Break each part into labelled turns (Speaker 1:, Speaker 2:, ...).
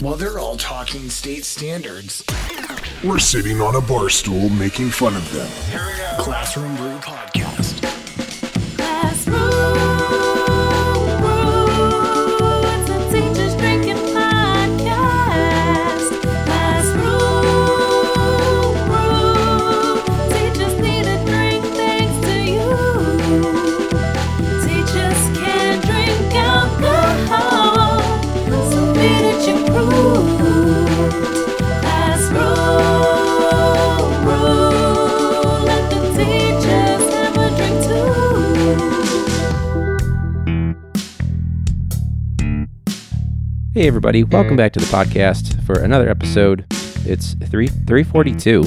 Speaker 1: While they're all talking state standards,
Speaker 2: We're sitting on a bar stool making fun of them.
Speaker 1: Classroom Brew Podcast.
Speaker 3: Let the teachers have a drink too.
Speaker 4: Hey everybody, welcome back to the podcast for another episode. It's 3 342,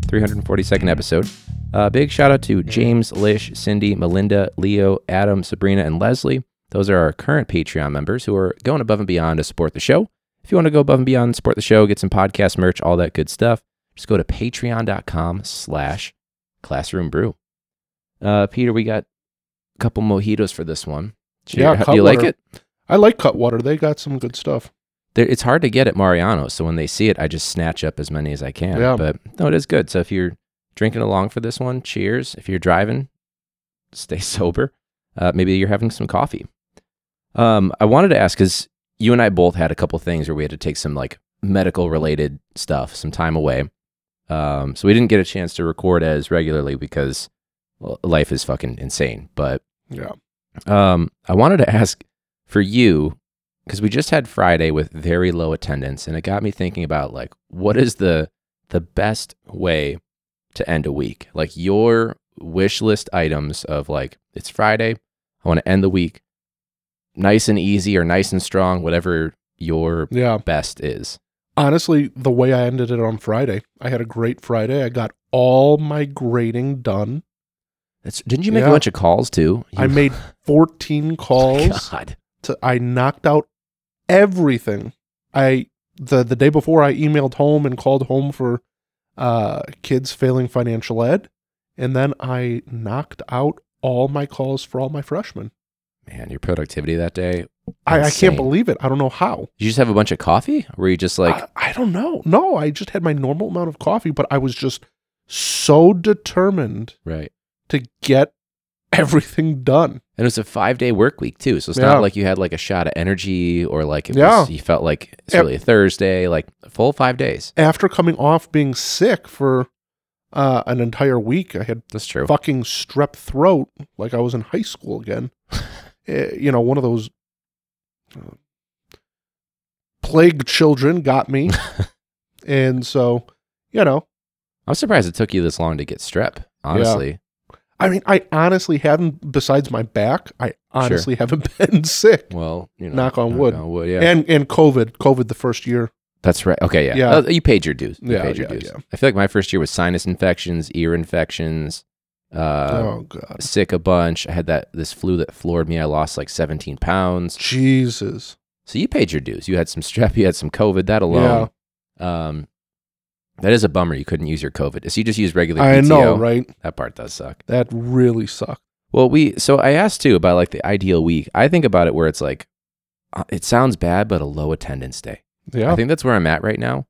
Speaker 4: 342nd episode. Uh, big shout out to James, Lish, Cindy, Melinda, Leo, Adam, Sabrina, and Leslie. Those are our current Patreon members who are going above and beyond to support the show. If you want to go above and beyond and support the show, get some podcast merch, all that good stuff, just go to patreon.com slash classroom brew. Uh, Peter, we got a couple mojitos for this one.
Speaker 5: Yeah,
Speaker 4: Cheer- do you like
Speaker 5: Cutwater.
Speaker 4: it?
Speaker 5: I like Cutwater. They got some good stuff.
Speaker 4: there, it's hard to get at Mariano. So when they see it, I just snatch up as many as I can.
Speaker 5: Yeah.
Speaker 4: But no, it is good. So if you're drinking along for this one, cheers. If you're driving, stay sober. Uh, maybe you're having some coffee. Um, I wanted to ask because you and I both had a couple things where we had to take some like medical related stuff, some time away. Um, so we didn't get a chance to record as regularly because well, life is fucking insane. But
Speaker 5: Yeah.
Speaker 4: um, I wanted to ask for you because we just had Friday with very low attendance, and it got me thinking about like what is the the best way to end a week? Like your wish list items of like it's Friday, I want to end the week nice and easy or nice and strong, whatever your
Speaker 5: Yeah.
Speaker 4: best is.
Speaker 5: Honestly, the way I ended it on Friday, I had a great Friday. I got all my grading done.
Speaker 4: That's, didn't you make a
Speaker 5: Yeah.
Speaker 4: bunch of calls too?
Speaker 5: I
Speaker 4: You-
Speaker 5: made 14 calls.
Speaker 4: God.
Speaker 5: to, I knocked out everything. I the the day before I emailed home and called home for uh kids failing financial ed and then I knocked out all my calls for all my freshmen.
Speaker 4: Man, your productivity that day.
Speaker 5: I, I
Speaker 4: insane.
Speaker 5: can't believe it. I don't know how.
Speaker 4: Did you just have a bunch of coffee? Were you just like,
Speaker 5: I, I don't know. No, I just had my normal amount of coffee, but I was just so determined
Speaker 4: right?
Speaker 5: to get everything done.
Speaker 4: And it was a five day work week too. So it's
Speaker 5: Yeah.
Speaker 4: not like you had like a shot of energy or like it
Speaker 5: Yeah.
Speaker 4: was, you felt like it's
Speaker 5: Yep.
Speaker 4: really a Thursday, like full five days.
Speaker 5: After coming off being sick for uh, an entire week, I had
Speaker 4: That's true.
Speaker 5: fucking strep throat like I was in high school again. Eh, you know, one of those uh, plague children got me. and so, you know,
Speaker 4: I'm surprised it took you this long to get strep, honestly.
Speaker 5: I mean, I honestly haven't, besides my back, I honestly haven't been sick.
Speaker 4: Well, you know,
Speaker 5: Knock on wood.
Speaker 4: on wood, yeah.
Speaker 5: And and COVID, COVID the first year.
Speaker 4: That's right. Okay, yeah.
Speaker 5: Yeah.
Speaker 4: Uh, you paid your dues. You
Speaker 5: Yeah,
Speaker 4: paid your
Speaker 5: yeah,
Speaker 4: dues.
Speaker 5: yeah.
Speaker 4: I feel like my first year was sinus infections, ear infections, uh,
Speaker 5: oh God,
Speaker 4: sick a bunch. I had that this flu that floored me. I lost like 17 pounds.
Speaker 5: Jesus.
Speaker 4: So you paid your dues. You had some strep, you had some COVID, that alone. Um, that is a bummer. You couldn't use your COVID. So you just use regular PTO.
Speaker 5: I know, right?
Speaker 4: That part does suck.
Speaker 5: That really sucked.
Speaker 4: Well, we, so I asked too about like the ideal week. I think about it where it's like, uh, it sounds bad, but a low attendance day. I
Speaker 5: Yeah.
Speaker 4: think that's where I'm at right now.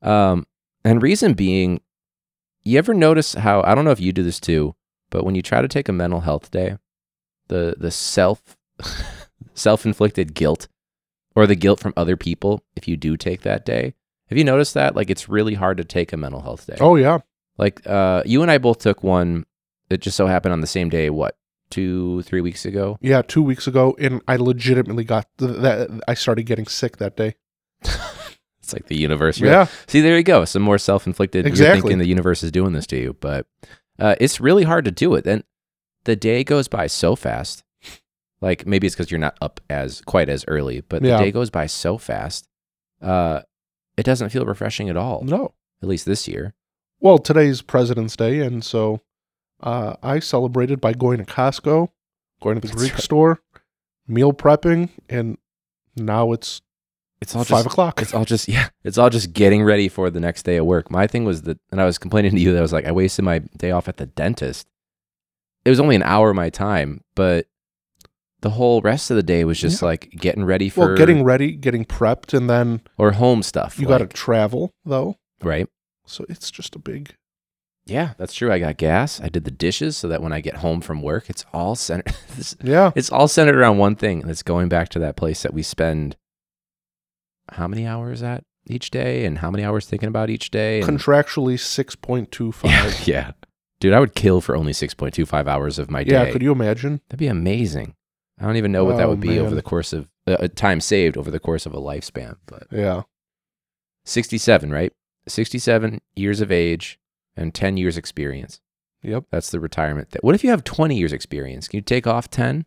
Speaker 4: Um, and reason being, you ever notice how I don't know if you do this too, but when you try to take a mental health day, the the self self inflicted guilt or the guilt from other people if you do take that day. Have you noticed that? Like it's really hard to take a mental health day.
Speaker 5: Oh yeah.
Speaker 4: Like uh, you and I both took one that just so happened on the same day. What two three weeks ago?
Speaker 5: Yeah, two weeks ago, and I legitimately got th- that. I started getting sick that day.
Speaker 4: It's like the universe. really-
Speaker 5: Yeah,
Speaker 4: See, there you go. Some more self-inflicted. You're
Speaker 5: Exactly.
Speaker 4: thinking the universe is doing this to you, but uh, it's really hard to do it. And the day goes by so fast. Like maybe it's because you're not up as quite as early, but
Speaker 5: Yeah.
Speaker 4: the day goes by so fast. Uh, it doesn't feel refreshing at all.
Speaker 5: no.
Speaker 4: At least this year.
Speaker 5: Well, today's President's Day, and so uh, I celebrated by going to Costco, going to the
Speaker 4: That's
Speaker 5: Greek
Speaker 4: right.
Speaker 5: store, meal prepping, and now it's
Speaker 4: It's all
Speaker 5: five
Speaker 4: just
Speaker 5: o'clock.
Speaker 4: It's all just yeah. It's all just getting ready for the next day at work. My thing was that, and I was complaining to you that I was like, I wasted my day off at the dentist. It was only an hour of my time, but the whole rest of the day was just like getting ready for
Speaker 5: well, getting ready, getting prepped, and then
Speaker 4: or home stuff.
Speaker 5: you got
Speaker 4: like,
Speaker 5: to travel though.
Speaker 4: right.
Speaker 5: So it's just a big.
Speaker 4: Yeah, that's true. I got gas. I did the dishes so that when I get home from work, it's all centered. this-
Speaker 5: Yeah.
Speaker 4: it's all centered around one thing, and it's going back to that place that we spend how many hours at each day, and how many hours thinking about each day. and-
Speaker 5: Contractually 6.25.
Speaker 4: yeah, yeah, dude, I would kill for only six point two five hours of my day.
Speaker 5: Yeah, could you imagine?
Speaker 4: That'd be amazing. I don't even know what that
Speaker 5: Oh,
Speaker 4: would be over
Speaker 5: man.
Speaker 4: the course of uh, uh, time saved over the course of a lifespan, but
Speaker 5: Yeah.
Speaker 4: 67, right? 67 years of age and 10 years experience.
Speaker 5: Yep.
Speaker 4: That's the retirement. That, what if you have 20 years experience? Can you take off 10?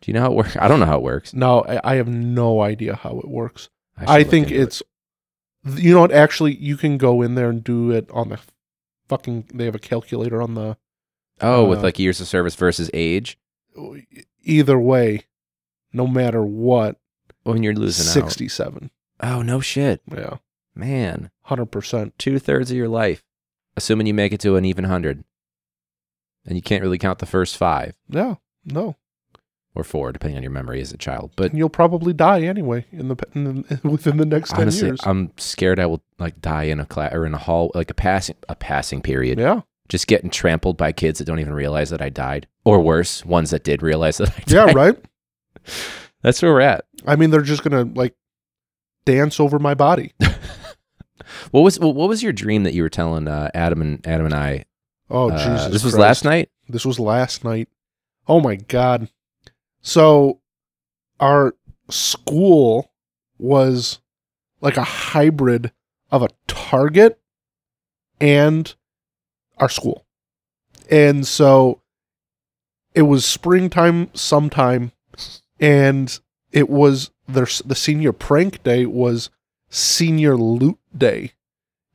Speaker 4: Do you know how it works? I don't know how it works.
Speaker 5: No, I, I have no idea how it works. I,
Speaker 4: should look
Speaker 5: think
Speaker 4: into it.
Speaker 5: it's, you know what? Actually, you can go in there and do it on the fucking. They have a calculator on the.
Speaker 4: Oh, with
Speaker 5: uh,
Speaker 4: like years of service versus age.
Speaker 5: e, Either way, no matter what,
Speaker 4: When you're losing out.
Speaker 5: 67.
Speaker 4: Oh, no shit.
Speaker 5: Yeah.
Speaker 4: Man,
Speaker 5: 100%.
Speaker 4: two thirds of your life, assuming you make it to an even 100. And you can't really count the first five
Speaker 5: Yeah. No.
Speaker 4: or four, depending on your memory as a child. But
Speaker 5: And you'll probably die anyway in the, in the within the next 10
Speaker 4: honestly,
Speaker 5: years.
Speaker 4: I'm scared I will like die in a class or in a hall, like a passing a passing period.
Speaker 5: yeah.
Speaker 4: Just getting trampled by kids that don't even realize that I died, or worse, ones that did realize that I died.
Speaker 5: Yeah, right?
Speaker 4: That's where we're at.
Speaker 5: I mean, they're just going to like dance over my body.
Speaker 4: What was what what was your dream that you were telling uh, Adam and Adam and I?
Speaker 5: Oh,
Speaker 4: uh,
Speaker 5: Jesus.
Speaker 4: This was
Speaker 5: Christ.
Speaker 4: last night.
Speaker 5: This was last night. Oh, my God. So, our school was like a hybrid of a Target and our school. And so, it was springtime sometime, and it was their, the senior prank day was senior loot day.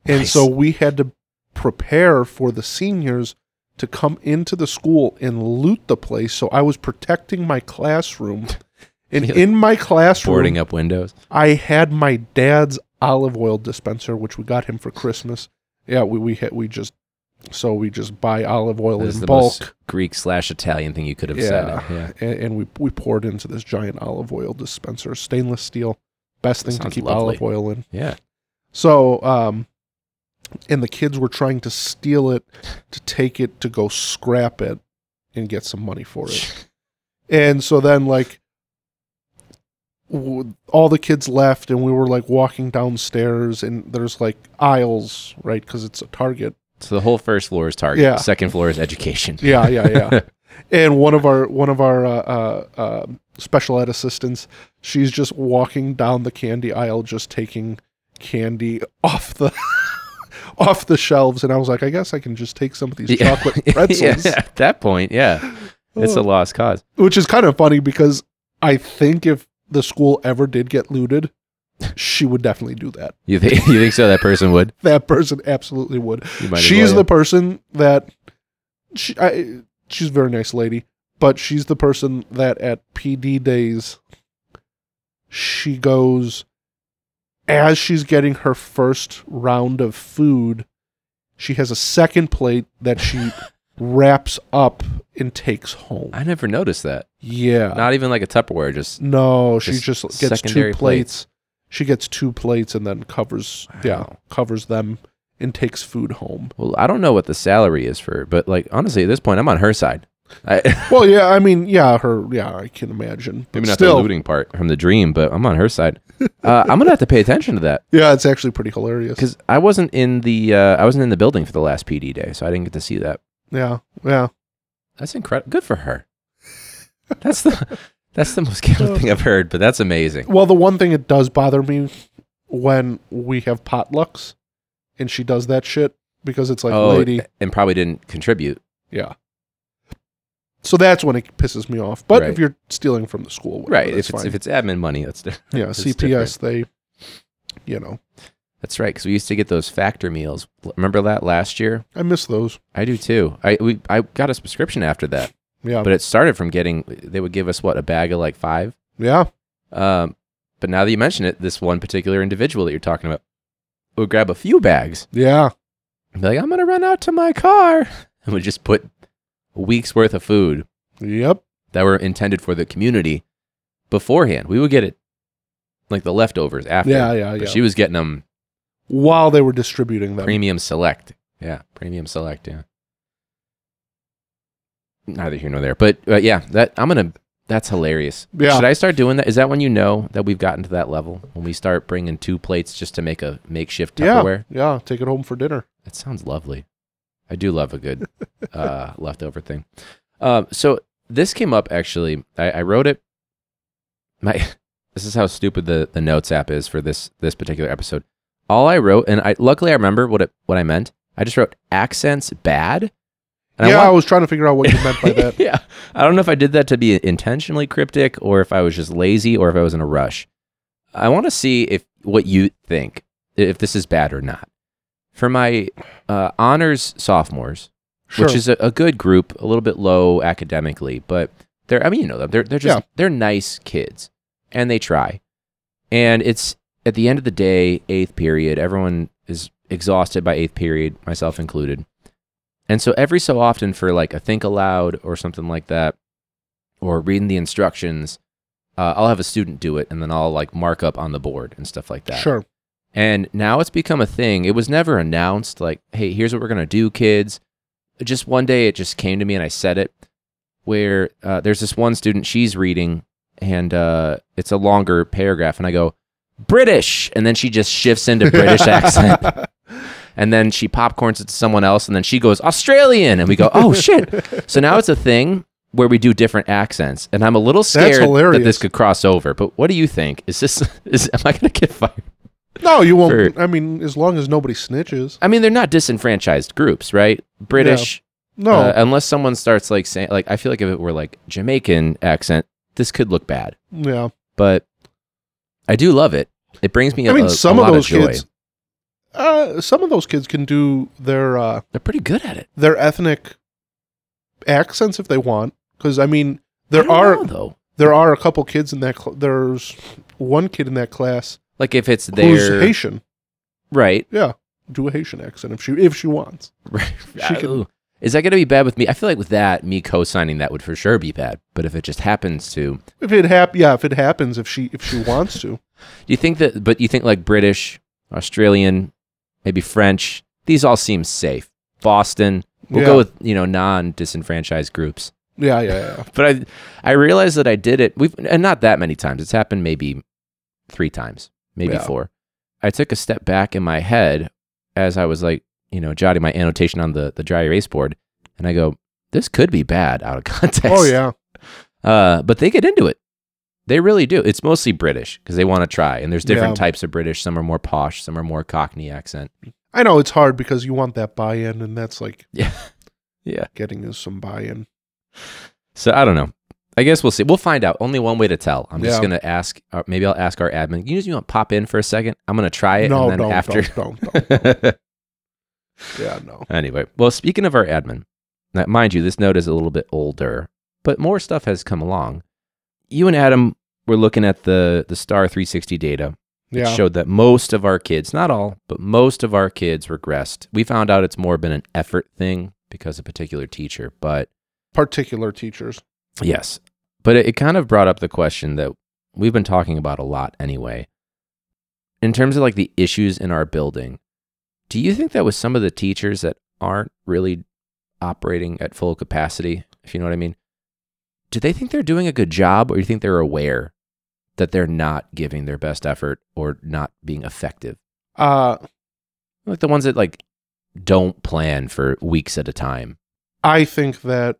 Speaker 5: And
Speaker 4: Nice.
Speaker 5: so, we had to prepare for the seniors to come into the school and loot the place. So I was protecting my classroom. And
Speaker 4: Yeah.
Speaker 5: in my classroom,
Speaker 4: Boarding up windows.
Speaker 5: I had my dad's olive oil dispenser, which we got him for Christmas. Yeah, we we hit, we just so we just buy olive oil
Speaker 4: That is
Speaker 5: in
Speaker 4: the
Speaker 5: bulk.
Speaker 4: most Greek slash Italian thing you could have
Speaker 5: yeah,
Speaker 4: said. Yeah.
Speaker 5: And, and we we poured into this giant olive oil dispenser, stainless steel, best thing to
Speaker 4: Sounds
Speaker 5: keep
Speaker 4: lovely.
Speaker 5: olive oil in.
Speaker 4: Yeah.
Speaker 5: So, um, and the kids were trying to steal it, to take it, to go scrap it, and get some money for it. and so then, like, w- all the kids left, and we were like walking downstairs, and there's like aisles, right? Because it's a Target.
Speaker 4: So the whole first floor is Target.
Speaker 5: Yeah.
Speaker 4: Second floor is education.
Speaker 5: Yeah, yeah, yeah. and one of our one of our uh, uh, uh, special ed assistants, she's just walking down the candy aisle, just taking candy off the off the shelves. And I was like, I guess I can just take some of these
Speaker 4: Yeah.
Speaker 5: chocolate pretzels, Oh.
Speaker 4: yeah, at that point, yeah, it's a lost cause.
Speaker 5: which is kind of funny because I think if the school ever did get looted, she would definitely do that.
Speaker 4: You think you think so? That person would.
Speaker 5: That person absolutely would.
Speaker 4: You might as
Speaker 5: she's
Speaker 4: well.
Speaker 5: the person that she I, she's a very nice lady, but she's the person that at PD days she goes as she's getting her first round of food, she has a second plate that she wraps up and takes home.
Speaker 4: I never noticed that.
Speaker 5: yeah.
Speaker 4: Not even like a Tupperware, just
Speaker 5: no, she
Speaker 4: just
Speaker 5: just gets two
Speaker 4: secondary
Speaker 5: plates.
Speaker 4: plates.
Speaker 5: She gets two plates and then covers yeah,
Speaker 4: Wow.
Speaker 5: covers them and takes food home.
Speaker 4: well, I don't know what the salary is for, but like honestly, at this point, I'm on her side. I,
Speaker 5: Well, yeah, I mean, yeah, her, yeah, I can imagine. But
Speaker 4: maybe not
Speaker 5: still,
Speaker 4: the looting part from the dream, but I'm on her side. Uh, I'm gonna have to pay attention to that
Speaker 5: yeah, it's actually pretty hilarious.
Speaker 4: because I wasn't in the uh, I wasn't in the building for the last PD day, so I didn't get to see that.
Speaker 5: Yeah, yeah,
Speaker 4: That's incredible. Good for her. That's the that's the most common thing I've heard, but that's amazing.
Speaker 5: Well, the one thing it does bother me when we have potlucks, and she does that shit because it's like,
Speaker 4: oh,
Speaker 5: lady,
Speaker 4: and probably didn't contribute.
Speaker 5: yeah. So that's when it pisses me off. But
Speaker 4: Right.
Speaker 5: if you're stealing from the school, whatever,
Speaker 4: Right?
Speaker 5: that's
Speaker 4: If it's
Speaker 5: fine.
Speaker 4: if it's admin money, that's different.
Speaker 5: yeah,
Speaker 4: it's
Speaker 5: CPS, they, you know,
Speaker 4: That's right, because we used to get those factor meals. Remember that last year?
Speaker 5: I miss those.
Speaker 4: I do too. I we I got a subscription after that,
Speaker 5: Yeah,
Speaker 4: but it started from getting they would give us what a bag of like five.
Speaker 5: yeah,
Speaker 4: Um, but now that you mention it, this one particular individual that you're talking about would grab a few bags
Speaker 5: yeah,
Speaker 4: and be like, "I'm gonna run out to my car," and would just put a week's worth of food
Speaker 5: yep,
Speaker 4: that were intended for the community beforehand. We would get it like the leftovers after.
Speaker 5: Yeah, yeah,
Speaker 4: But
Speaker 5: yeah.
Speaker 4: she was getting them
Speaker 5: while they were distributing them.
Speaker 4: premium select. Yeah, premium select. Yeah. Neither here nor there, but uh, yeah, that I'm gonna. That's hilarious.
Speaker 5: Yeah.
Speaker 4: Should I start doing that? Is that when you know that we've gotten to that level when we start bringing two plates just to make a makeshift
Speaker 5: yeah,
Speaker 4: Tupperware?
Speaker 5: yeah. Take it home for dinner.
Speaker 4: That sounds lovely. I do love a good uh, leftover thing. Um, so this came up actually. I, I wrote it. My this is how stupid the, the notes app is for this this particular episode. All I wrote, and I luckily I remember what it what I meant. I just wrote accents bad.
Speaker 5: yeah, I,
Speaker 4: want-
Speaker 5: was trying to figure out what you meant by that.
Speaker 4: yeah. I don't know if I did that to be intentionally cryptic or if I was just lazy or if I was in a rush. I want to see if what you think, if this is bad or not. For my uh, honors sophomores,
Speaker 5: Sure.
Speaker 4: which is a, a good group, a little bit low academically, but they're, I mean, you know them. They're, they're just,
Speaker 5: Yeah.
Speaker 4: they're nice kids and they try. And it's at the end of the day, eighth period, everyone is exhausted by eighth period, myself included. And so every so often for like a think aloud or something like that, or reading the instructions, uh, I'll have a student do it and then I'll like mark up on the board and stuff like that.
Speaker 5: sure.
Speaker 4: And now it's become a thing. It was never announced like, hey, here's what we're going to do, kids. Just one day it just came to me and I said it where uh, there's this one student, she's reading and uh, it's a longer paragraph. And I go, British. And then she just shifts into British accent. And then she popcorns it to someone else. And then she goes, Australian. And we go, oh, shit. So now it's a thing where we do different accents. And I'm a little scared that this
Speaker 5: hilarious.
Speaker 4: could cross over. But what do you think? Is this, is, am I going to get fired?
Speaker 5: No, you won't. I mean, as long as nobody snitches.
Speaker 4: I mean, they're not disenfranchised groups, right? British,
Speaker 5: No.
Speaker 4: uh, unless someone starts like saying, like, I feel like if it were like Jamaican accent, this could look bad.
Speaker 5: yeah.
Speaker 4: But I do love it. It brings me.
Speaker 5: I mean,
Speaker 4: a,
Speaker 5: some
Speaker 4: a
Speaker 5: of
Speaker 4: lot
Speaker 5: those
Speaker 4: joy.
Speaker 5: kids. Uh, some of those kids can do their uh,
Speaker 4: they're pretty good at it.
Speaker 5: their ethnic accents if they want. Because I mean,
Speaker 4: I
Speaker 5: there
Speaker 4: don't
Speaker 5: are
Speaker 4: know, though,
Speaker 5: there are a couple kids in that. Cl- there's one kid in that class
Speaker 4: like if it's
Speaker 5: who's
Speaker 4: their
Speaker 5: Haitian.
Speaker 4: right,
Speaker 5: Yeah, do a Haitian accent if she if she wants.
Speaker 4: right.
Speaker 5: She could-
Speaker 4: Ooh. Is that going to be bad with me? I feel like with that, me co-signing that would for sure be bad. But if it just happens to, do
Speaker 5: If it hap- yeah, if it happens, if she if she wants to.
Speaker 4: you think that? But you think like British, Australian, maybe French. These all seem safe. Boston. We'll
Speaker 5: Yeah.
Speaker 4: go with you know non disenfranchised groups.
Speaker 5: Yeah, yeah, yeah.
Speaker 4: But I I realized that I did it. We've and not that many times. It's happened maybe three times, maybe
Speaker 5: Yeah.
Speaker 4: four. I took a step back in my head as I was like you know jotting my annotation on the the dry erase board, and I go, this could be bad out of context.
Speaker 5: Oh yeah.
Speaker 4: Uh, but they get into it. They really do. It's mostly British because they want to try, and there's different
Speaker 5: Yeah.
Speaker 4: types of British. Some are more posh, some are more Cockney accent.
Speaker 5: I know it's hard because you want that buy-in, and that's like
Speaker 4: Yeah, yeah.
Speaker 5: getting is some buy-in.
Speaker 4: So I don't know. I guess we'll see. We'll find out. Only one way to tell. I'm just
Speaker 5: Yeah.
Speaker 4: gonna ask. Or maybe I'll ask our admin. You just you want to pop in for a second? I'm gonna try it.
Speaker 5: no,
Speaker 4: and then
Speaker 5: don't,
Speaker 4: after.
Speaker 5: don't, don't, don't. Yeah, no.
Speaker 4: anyway, well, speaking of our admin, now, mind you, this note is a little bit older, but more stuff has come along. You and Adam were looking at the the Star 360 data. It
Speaker 5: Yeah,
Speaker 4: showed that most of our kids, not all, but most of our kids regressed. We found out it's more been an effort thing because a particular teacher, but
Speaker 5: particular teachers.
Speaker 4: Yes. But it, it kind of brought up the question that we've been talking about a lot anyway. In terms of like the issues in our building, do you think that with some of the teachers that aren't really operating at full capacity, if you know what I mean, do they think they're doing a good job or do you think they're aware that they're not giving their best effort or not being effective?
Speaker 5: Uh,
Speaker 4: Like the ones that like don't plan for weeks at a time.
Speaker 5: I think that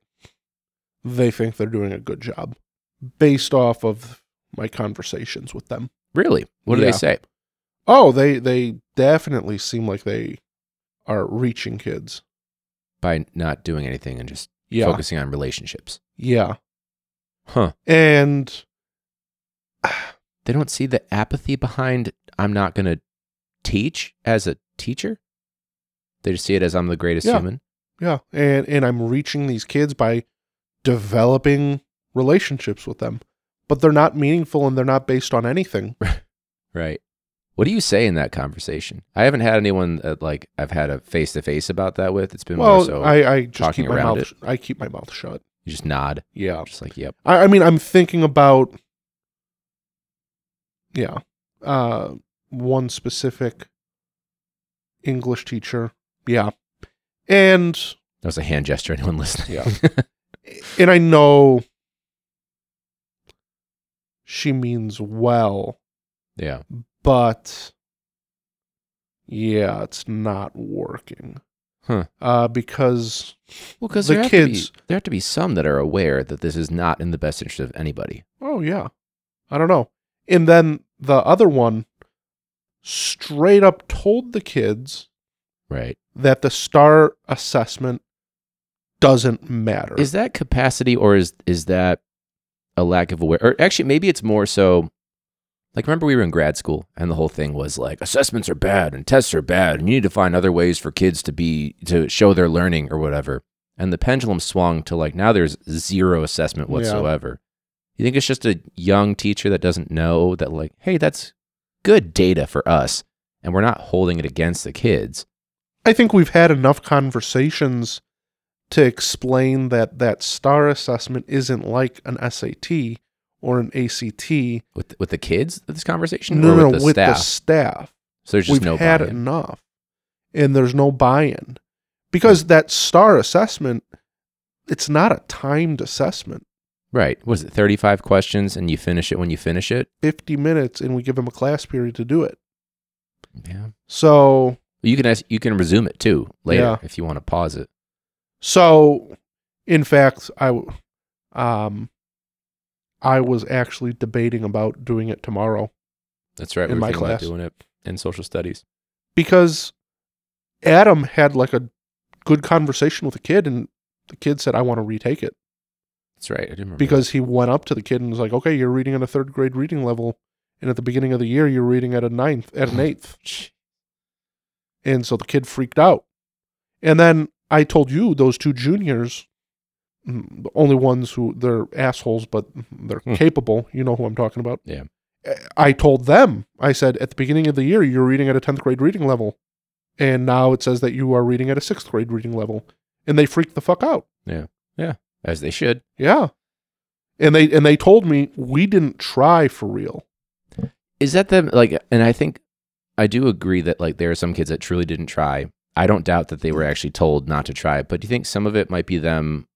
Speaker 5: they think they're doing a good job based off of my conversations with them.
Speaker 4: Really? What do
Speaker 5: Yeah.
Speaker 4: they say?
Speaker 5: Oh, they they definitely seem like they are reaching kids.
Speaker 4: By not doing anything and just
Speaker 5: Yeah.
Speaker 4: focusing on relationships.
Speaker 5: Yeah.
Speaker 4: Huh.
Speaker 5: And
Speaker 4: They don't see the apathy behind I'm not going to teach as a teacher. They just see it as I'm the greatest
Speaker 5: Yeah.
Speaker 4: human.
Speaker 5: yeah, and and I'm reaching these kids by developing relationships with them. But they're not meaningful and they're not based on anything.
Speaker 4: Right. What do you say in that conversation? I haven't had anyone that like I've had a face to face about that with. It's been more
Speaker 5: well,
Speaker 4: so
Speaker 5: I, I just
Speaker 4: talking
Speaker 5: keep my
Speaker 4: around
Speaker 5: mouth
Speaker 4: it.
Speaker 5: I keep my mouth shut.
Speaker 4: you You just nod.
Speaker 5: Yeah.
Speaker 4: Just like, yep.
Speaker 5: I, I mean, I'm thinking about, yeah, uh, one specific English teacher. Yeah. And,
Speaker 4: That was a hand gesture. Anyone listening?
Speaker 5: Yeah. and I know she means well,
Speaker 4: yeah.
Speaker 5: but yeah, it's not working.
Speaker 4: Huh.
Speaker 5: Uh, because,
Speaker 4: Well, because
Speaker 5: The
Speaker 4: there
Speaker 5: kids-
Speaker 4: have to be, there have to be some that are aware that this is not in the best interest of anybody.
Speaker 5: oh, yeah, I don't know. And then the other one straight up told the kids
Speaker 4: Right.
Speaker 5: that the star assessment doesn't matter.
Speaker 4: Is that capacity or is is that a lack of aware? Or actually, maybe it's more so. Like, remember we were in grad school and the whole thing was like assessments are bad and tests are bad and you need to find other ways for kids to be to show their learning or whatever. And the pendulum swung to like now there's zero assessment
Speaker 5: Yeah.
Speaker 4: whatsoever. You think it's just a young teacher that doesn't know that like, hey, that's good data for us, and we're not holding it against the kids.
Speaker 5: I think we've had enough conversations to explain that that star assessment isn't like an SAT or an ACT.
Speaker 4: with with the kids this conversation
Speaker 5: No,
Speaker 4: or
Speaker 5: no,
Speaker 4: with the
Speaker 5: with
Speaker 4: staff
Speaker 5: the staff.
Speaker 4: so there's just
Speaker 5: We've
Speaker 4: no
Speaker 5: had
Speaker 4: buy-in.
Speaker 5: enough, and there's no buy-in because that star assessment, it's not a timed assessment.
Speaker 4: right was it 35 questions and you finish it when you finish it
Speaker 5: Fifty minutes, and we give them a class period to do it.
Speaker 4: yeah
Speaker 5: So
Speaker 4: you can ask you can resume it too later
Speaker 5: Yeah.
Speaker 4: if you want to pause it
Speaker 5: So, in fact, I, w- um, I was actually debating about doing it tomorrow
Speaker 4: that's right
Speaker 5: In
Speaker 4: we were
Speaker 5: my
Speaker 4: thinking about
Speaker 5: class.
Speaker 4: doing it in social studies
Speaker 5: because Adam had like a good conversation with a kid, and the kid said, "I want to retake it,"
Speaker 4: that's right i didn't remember
Speaker 5: because he went up to the kid and was like, "Okay, you're reading at a third grade reading level, and at the beginning of the year, you're reading at a ninth, at an eighth. And so the kid freaked out. And then I told you those two juniors, mm, the only ones who they're assholes, but they're
Speaker 4: Hmm.
Speaker 5: capable. You know who I'm talking about.
Speaker 4: Yeah.
Speaker 5: Eh, I told them, I said, at the beginning of the year, you're reading at a 10th grade reading level. And now it says that you are reading at a sixth grade reading level. And they freaked the fuck out.
Speaker 4: that as they should
Speaker 5: Yeah. And they and they told me we didn't try for real.
Speaker 4: is that them like and i think i do agree that like there are some kids that truly didn't try i don't doubt that they
Speaker 5: Mm.
Speaker 4: were actually told not to try but do you think some of it might be them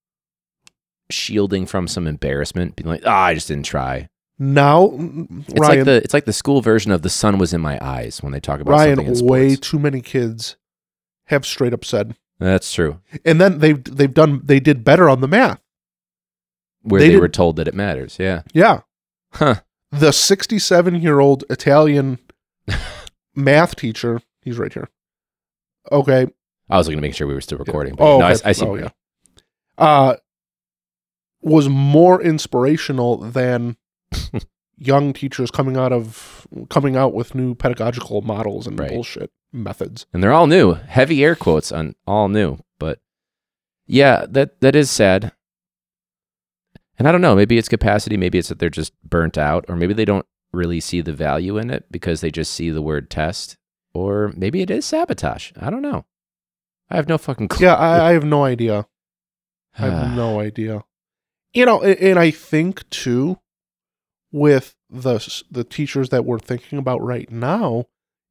Speaker 4: shielding from some embarrassment being like ah i just didn't try
Speaker 5: Now, mm,
Speaker 4: It's
Speaker 5: Ryan,
Speaker 4: like the it's like the school version of the sun was in my eyes when they talk about something in
Speaker 5: Ryan,
Speaker 4: sports.
Speaker 5: way too many kids have straight up said
Speaker 4: That's true.
Speaker 5: and then they've they've done they did better on the math.
Speaker 4: Where
Speaker 5: They
Speaker 4: they,
Speaker 5: didn't-
Speaker 4: were told that it matters. Yeah.
Speaker 5: Yeah,
Speaker 4: Huh.
Speaker 5: the 67 year old Italian math teacher. He's right here. Okay.
Speaker 4: I was looking to make sure we were still recording. But
Speaker 5: Oh,
Speaker 4: no, I,
Speaker 5: okay.
Speaker 4: I see.
Speaker 5: Oh, yeah. Uh, was more inspirational than young teachers coming out of coming out with new pedagogical models and
Speaker 4: Right.
Speaker 5: bullshit methods.
Speaker 4: And they're all new. Heavy air quotes on all new. But yeah, that that is sad. And I don't know. Maybe it's capacity. Maybe it's that they're just burnt out, or maybe they don't really see the value in it because they just see the word test, or maybe it is sabotage. I don't know. I have no fucking clue.
Speaker 5: Yeah, I, I have no idea. I have no idea. You know, a- and I think too, with the s- the teachers that we're thinking about right now,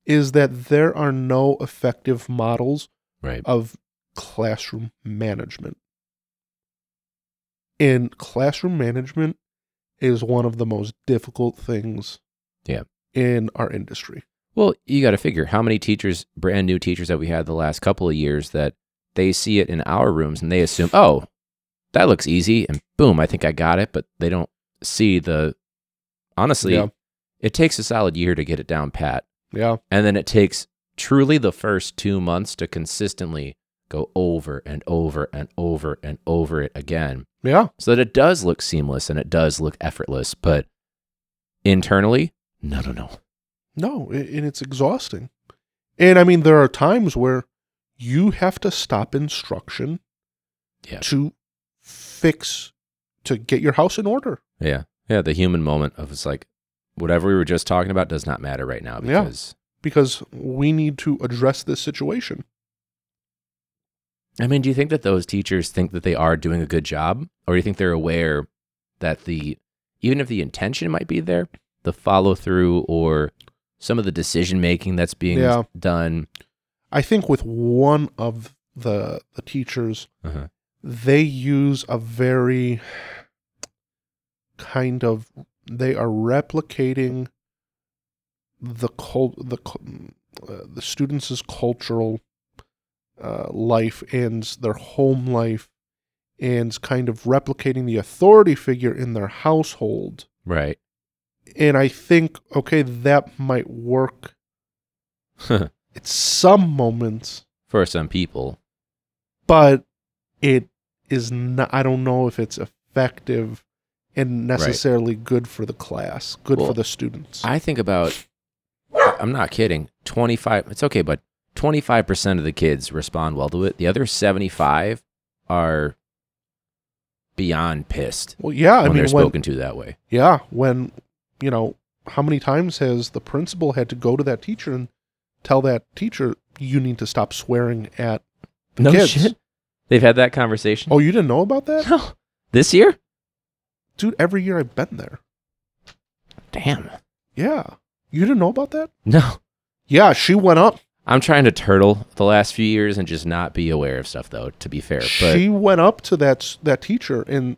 Speaker 5: is that there are no effective models
Speaker 4: right.
Speaker 5: of classroom management. And classroom management is one of the most difficult things.
Speaker 4: Yeah.
Speaker 5: In our industry,
Speaker 4: Well, you got to figure how many teachers, brand new teachers that we had the last couple of years, that they see it in our rooms and they assume, oh, that looks easy. And boom, I think I got it. But they don't see the, honestly,
Speaker 5: Yeah.
Speaker 4: it takes a solid year to get it down pat.
Speaker 5: yeah,
Speaker 4: And then it takes truly the first two months to consistently go over and over and over and over it again
Speaker 5: yeah,
Speaker 4: so that it does look seamless and it does look effortless. But internally, no, no, no.
Speaker 5: no, a- and it's exhausting. And I mean, there are times where you have to stop instruction
Speaker 4: Yeah.
Speaker 5: to fix to get your house in order.
Speaker 4: Yeah. Yeah. The human moment of it's like, whatever we were just talking about does not matter right now
Speaker 5: Yeah.
Speaker 4: because
Speaker 5: because we need to address this situation.
Speaker 4: I mean, do you think that those teachers think that they are doing a good job? Or do you think they're aware that the, even if the intention might be there, the follow through or some of the decision making that's being
Speaker 5: Yeah.
Speaker 4: done?
Speaker 5: I think with one of the the teachers,
Speaker 4: Uh-huh.
Speaker 5: they use a very kind of they are replicating the cul- the cu- uh, the students' cultural uh, life and their home life and kind of replicating the authority figure in their household
Speaker 4: Right.
Speaker 5: and i think okay that might work
Speaker 4: For
Speaker 5: at some moments
Speaker 4: some people.
Speaker 5: but it is not i don't know if it's effective and necessarily good for the class good
Speaker 4: Well,
Speaker 5: for the students
Speaker 4: I think about, I'm not kidding, 25, it's okay, but 25% of the kids respond well to it. The other 75 are beyond pissed
Speaker 5: well yeah i
Speaker 4: when
Speaker 5: mean
Speaker 4: they're
Speaker 5: when
Speaker 4: spoken to that way.
Speaker 5: yeah when you know how many times has the principal had to go to that teacher and tell that teacher you need to stop swearing at the
Speaker 4: No
Speaker 5: kids
Speaker 4: shit. They've had that conversation.
Speaker 5: oh you didn't know about that
Speaker 4: No. This year?
Speaker 5: dude every year i've been there
Speaker 4: Damn.
Speaker 5: yeah you didn't know about that
Speaker 4: No.
Speaker 5: yeah she went up
Speaker 4: I'm trying to turtle the last few years and just not be aware of stuff, though, to be fair. But
Speaker 5: she went up to that s- that teacher and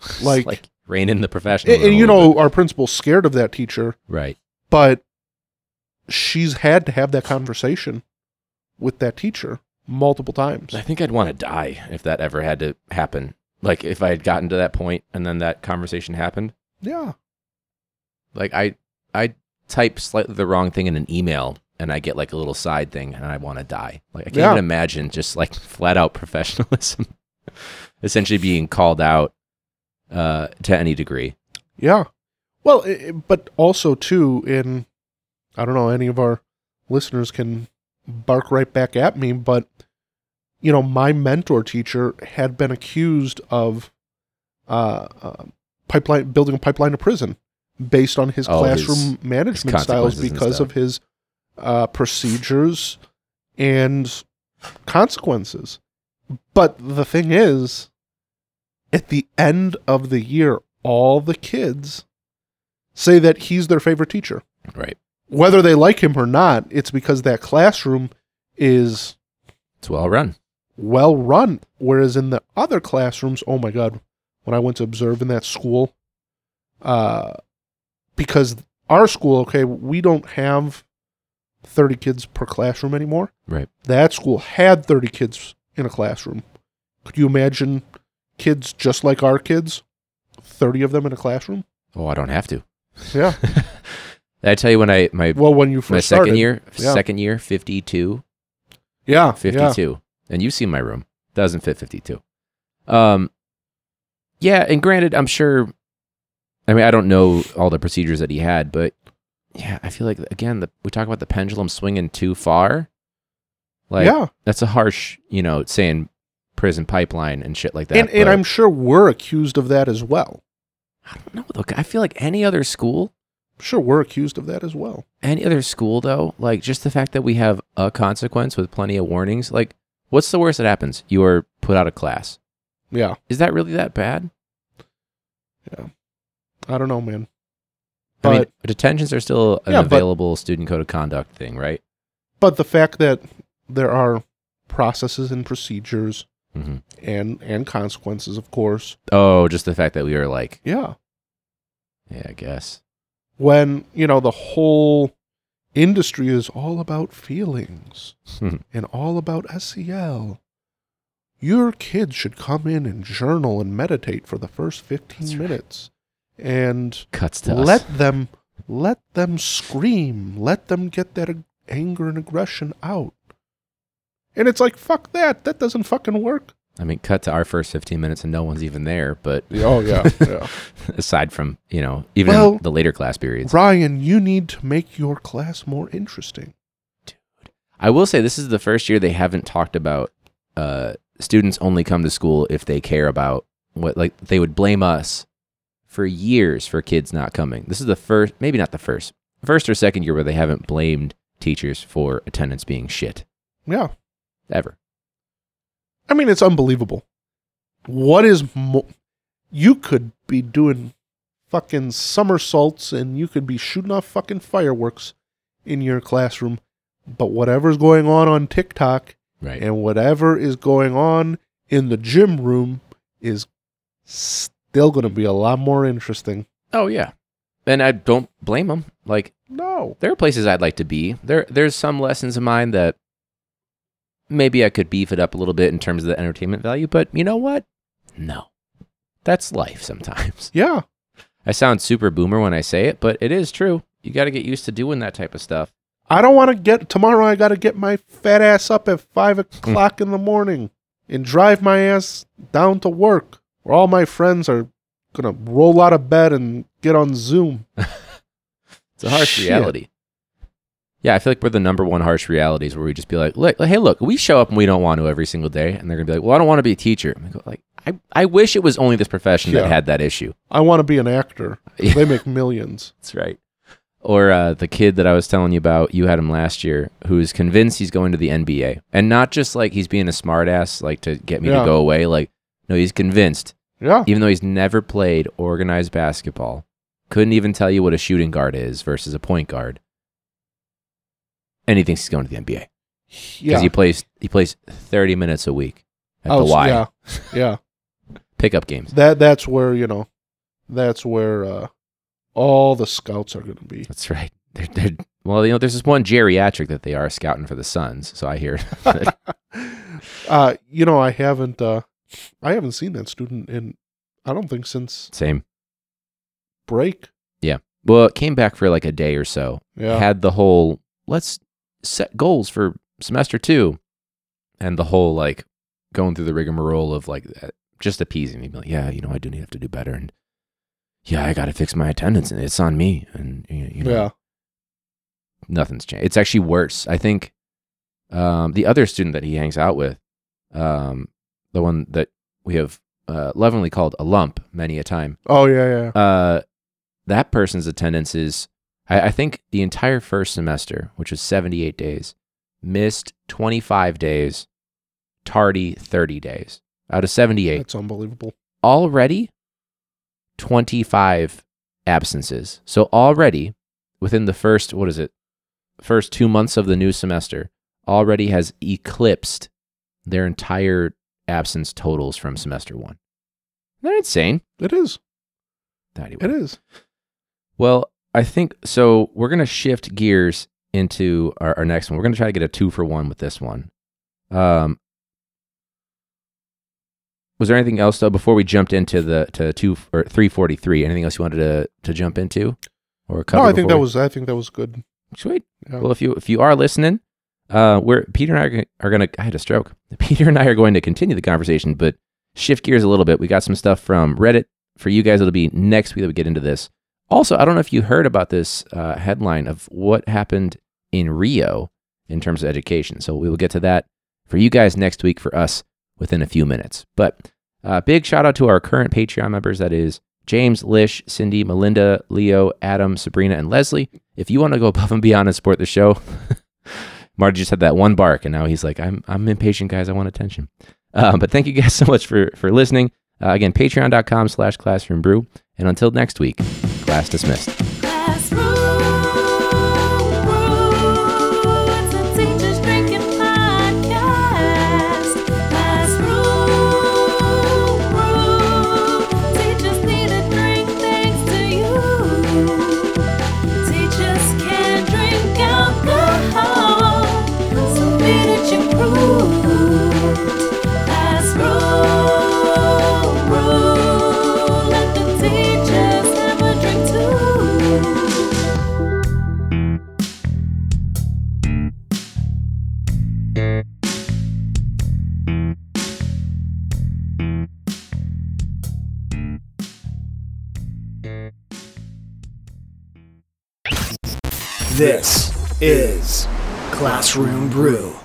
Speaker 4: it's
Speaker 5: like-
Speaker 4: rein in the professional.
Speaker 5: and, and you know our principal's scared of that teacher
Speaker 4: right.
Speaker 5: but she's had to have that conversation with that teacher multiple times.
Speaker 4: I think I'd want to die if that ever had to happen. Like, if I had gotten to that point and then that conversation happened.
Speaker 5: Yeah.
Speaker 4: Like, I, I type slightly the wrong thing in an email and I get like a little side thing and I want to die. Like, I can't
Speaker 5: Yeah.
Speaker 4: even imagine just like flat out professionalism essentially being called out uh, to any degree.
Speaker 5: Yeah. Well, i i- but also too in I don't know any of our listeners can bark right back at me, but you know, my mentor teacher had been accused of uh, uh pipeline building a pipeline to prison based on his
Speaker 4: Oh, his-
Speaker 5: classroom management
Speaker 4: his
Speaker 5: styles
Speaker 4: consequences and
Speaker 5: because
Speaker 4: stuff.
Speaker 5: of his uh, procedures and consequences. But the thing is, at the end of the year, all the kids say that he's their favorite teacher.
Speaker 4: Right.
Speaker 5: Whether they like him or not, it's because that classroom is
Speaker 4: It's well run.
Speaker 5: well run. Whereas in the other classrooms, oh my God, when I went to observe in that school, uh, because our school, okay, we don't have 30 kids per classroom anymore.
Speaker 4: Right.
Speaker 5: that school had 30 kids in a classroom. Could you imagine kids just like our kids, 30 of them in a classroom?
Speaker 4: Oh, I don't have to.
Speaker 5: Yeah.
Speaker 4: Did I tell you when I my
Speaker 5: Well, when you first
Speaker 4: my
Speaker 5: started,
Speaker 4: second year
Speaker 5: Yeah.
Speaker 4: second year 52
Speaker 5: yeah,
Speaker 4: 52 and you've seen my room doesn't fit 52 um yeah and granted i'm sure i mean i don't know all the procedures that he had but yeah i feel like again the, we talk about the pendulum swinging too far
Speaker 5: yeah,
Speaker 4: like
Speaker 5: yeah.
Speaker 4: that's a harsh you know saying prison pipeline and shit like that
Speaker 5: And, and
Speaker 4: but
Speaker 5: I'm sure we're accused of that as well.
Speaker 4: i don't know look i feel like any other school
Speaker 5: Sure, we're accused of that as well.
Speaker 4: any other school though like just the fact that we have a consequence with plenty of warnings like what's the worst that happens you are put out of class
Speaker 5: Yeah,
Speaker 4: is that really that bad
Speaker 5: I don't know, man.
Speaker 4: i mean
Speaker 5: But-
Speaker 4: detentions are still an
Speaker 5: Yeah, but-
Speaker 4: available student code of conduct thing right
Speaker 5: But the fact that there are processes and procedures
Speaker 4: Mhm.
Speaker 5: and and consequences, of course.
Speaker 4: oh just the fact that we are like
Speaker 5: Yeah.
Speaker 4: yeah i guess
Speaker 5: When, you know, the whole industry is all about feelings.
Speaker 4: Hmm.
Speaker 5: and all about SEL. Your kids should come in and journal and meditate for the first 15
Speaker 4: That's right.
Speaker 5: minutes and
Speaker 4: cuts to us
Speaker 5: let them let them scream, let them get that ag- anger and aggression out. And it's like fuck that. That doesn't fucking work.
Speaker 4: i mean cut to our first 15 minutes and no one's even there but
Speaker 5: Oh yeah. yeah.
Speaker 4: aside from you know even in
Speaker 5: Well-
Speaker 4: the later class periods
Speaker 5: Ryan, you need to make your class more interesting.
Speaker 4: I will say this is the first year they haven't talked about uh, students only come to school if they care about what like they would blame us for years for kids not coming. This is the first maybe not the first first or second year where they haven't blamed teachers for attendance being shit
Speaker 5: Yeah.
Speaker 4: ever.
Speaker 5: I mean, it's unbelievable. What is mo- you could be doing fucking somersaults and you could be shooting off fucking fireworks in your classroom, but whatever's going on on TikTok
Speaker 4: Right.
Speaker 5: and whatever is going on in the gym room is still going to be a lot more interesting.
Speaker 4: Oh yeah. And I don't blame them. Like
Speaker 5: No.
Speaker 4: there are places I'd like to be. There there's some lessons of mine that maybe I could beef it up a little bit in terms of the entertainment value, but you know what? No. That's life sometimes.
Speaker 5: Yeah.
Speaker 4: I sound super boomer when I say it, but it is true. You got to get used to doing that type of stuff.
Speaker 5: I don't want to get tomorrow. I got to get my fat ass up at
Speaker 4: Hmm.
Speaker 5: five o'clock in the morning and drive my ass down to work where all my friends are going to roll out of bed and get on Zoom.
Speaker 4: It's a harsh
Speaker 5: Shit.
Speaker 4: reality. Yeah, I feel like we're the number one harsh realities where we just be like, look, hey, look, we show up and we don't want to every single day, and they're gonna be like, well, I don't want to be a teacher. And I go, like, I, I wish it was only this profession
Speaker 5: Yeah.
Speaker 4: that had that issue.
Speaker 5: I want to be an actor. They make millions.
Speaker 4: That's right. Or uh, the kid that I was telling you about, you had him last year, who is convinced he's going to the NBA, and not just like he's being a smartass, like to get me
Speaker 5: Yeah.
Speaker 4: to go away. Like, no, he's convinced,
Speaker 5: Yeah.
Speaker 4: even though he's never played organized basketball, couldn't even tell you what a shooting guard is versus a point guard, and he thinks he's going to the NBA.
Speaker 5: Yeah.
Speaker 4: because he plays he plays 30 minutes a week at
Speaker 5: Oh,
Speaker 4: the Y
Speaker 5: Yeah. Yeah.
Speaker 4: pickup games.
Speaker 5: That that's where you know, that's where uh, all the scouts are going to be.
Speaker 4: That's right. They're, they're, well, you know, there's this one geriatric that they are scouting for the Suns. So I hear
Speaker 5: Uh, you know, I haven't uh, I haven't seen that student in I don't think since
Speaker 4: same.
Speaker 5: break.
Speaker 4: Well, it came back for like a day or so.
Speaker 5: Yeah,
Speaker 4: Had the whole let's set goals for semester two, and the whole like going through the rigmarole of like uh, just appeasing me, be like yeah, you know, I do need have to do better, and yeah, I got to fix my attendance, and it's on me, and you you know,
Speaker 5: yeah,
Speaker 4: nothing's changed. It's actually worse. I think um, the other student that he hangs out with, um, the one that we have uh, lovingly called a lump many a time,
Speaker 5: oh yeah, yeah.
Speaker 4: uh, that person's attendance is, I, I think, the entire first semester, which was 78 days, missed 25 days, tardy 30 days out of 78
Speaker 5: That's unbelievable.
Speaker 4: already 25 absences. So already within the first what is it? First 2 months of the new semester already has eclipsed their entire absence totals from semester 1. They're insane.
Speaker 5: It is.
Speaker 4: That he
Speaker 5: It is.
Speaker 4: well, I think so. We're going to shift gears into our, our next one. We're going to try to get a two for one with this one. Um, was there anything else though before we jumped into the to two or three forty three? Anything else you wanted to to jump into or cover?
Speaker 5: No, I
Speaker 4: before
Speaker 5: think that
Speaker 4: we-
Speaker 5: was I think that was good.
Speaker 4: sweet.
Speaker 5: Yeah.
Speaker 4: Well, if you if you are listening, uh, we're Peter and I are gonna- are going to. I had a stroke. Peter and I are going to continue the conversation, but shift gears a little bit. We got some stuff from Reddit for you guys. It'll be next week that we get into this. Also, I don't know if you heard about this uh, headline of what happened in Rio in terms of education. So we will get to that for you guys next week. For us, within a few minutes. But uh, big shout out to our current Patreon members. That is James, Lish, Cindy, Melinda, Leo, Adam, Sabrina, and Leslie. If you want to go above and beyond and support the show, Marty just had that one bark, and now he's like, "I'm I'm impatient, guys. I want attention." Uh, but thank you guys so much for for listening. Uh, again, Patreon.com/slash Classroom Brew, and until next week, class dismissed.
Speaker 3: Let the teachers have a drink too.
Speaker 1: This is Classroom Brew.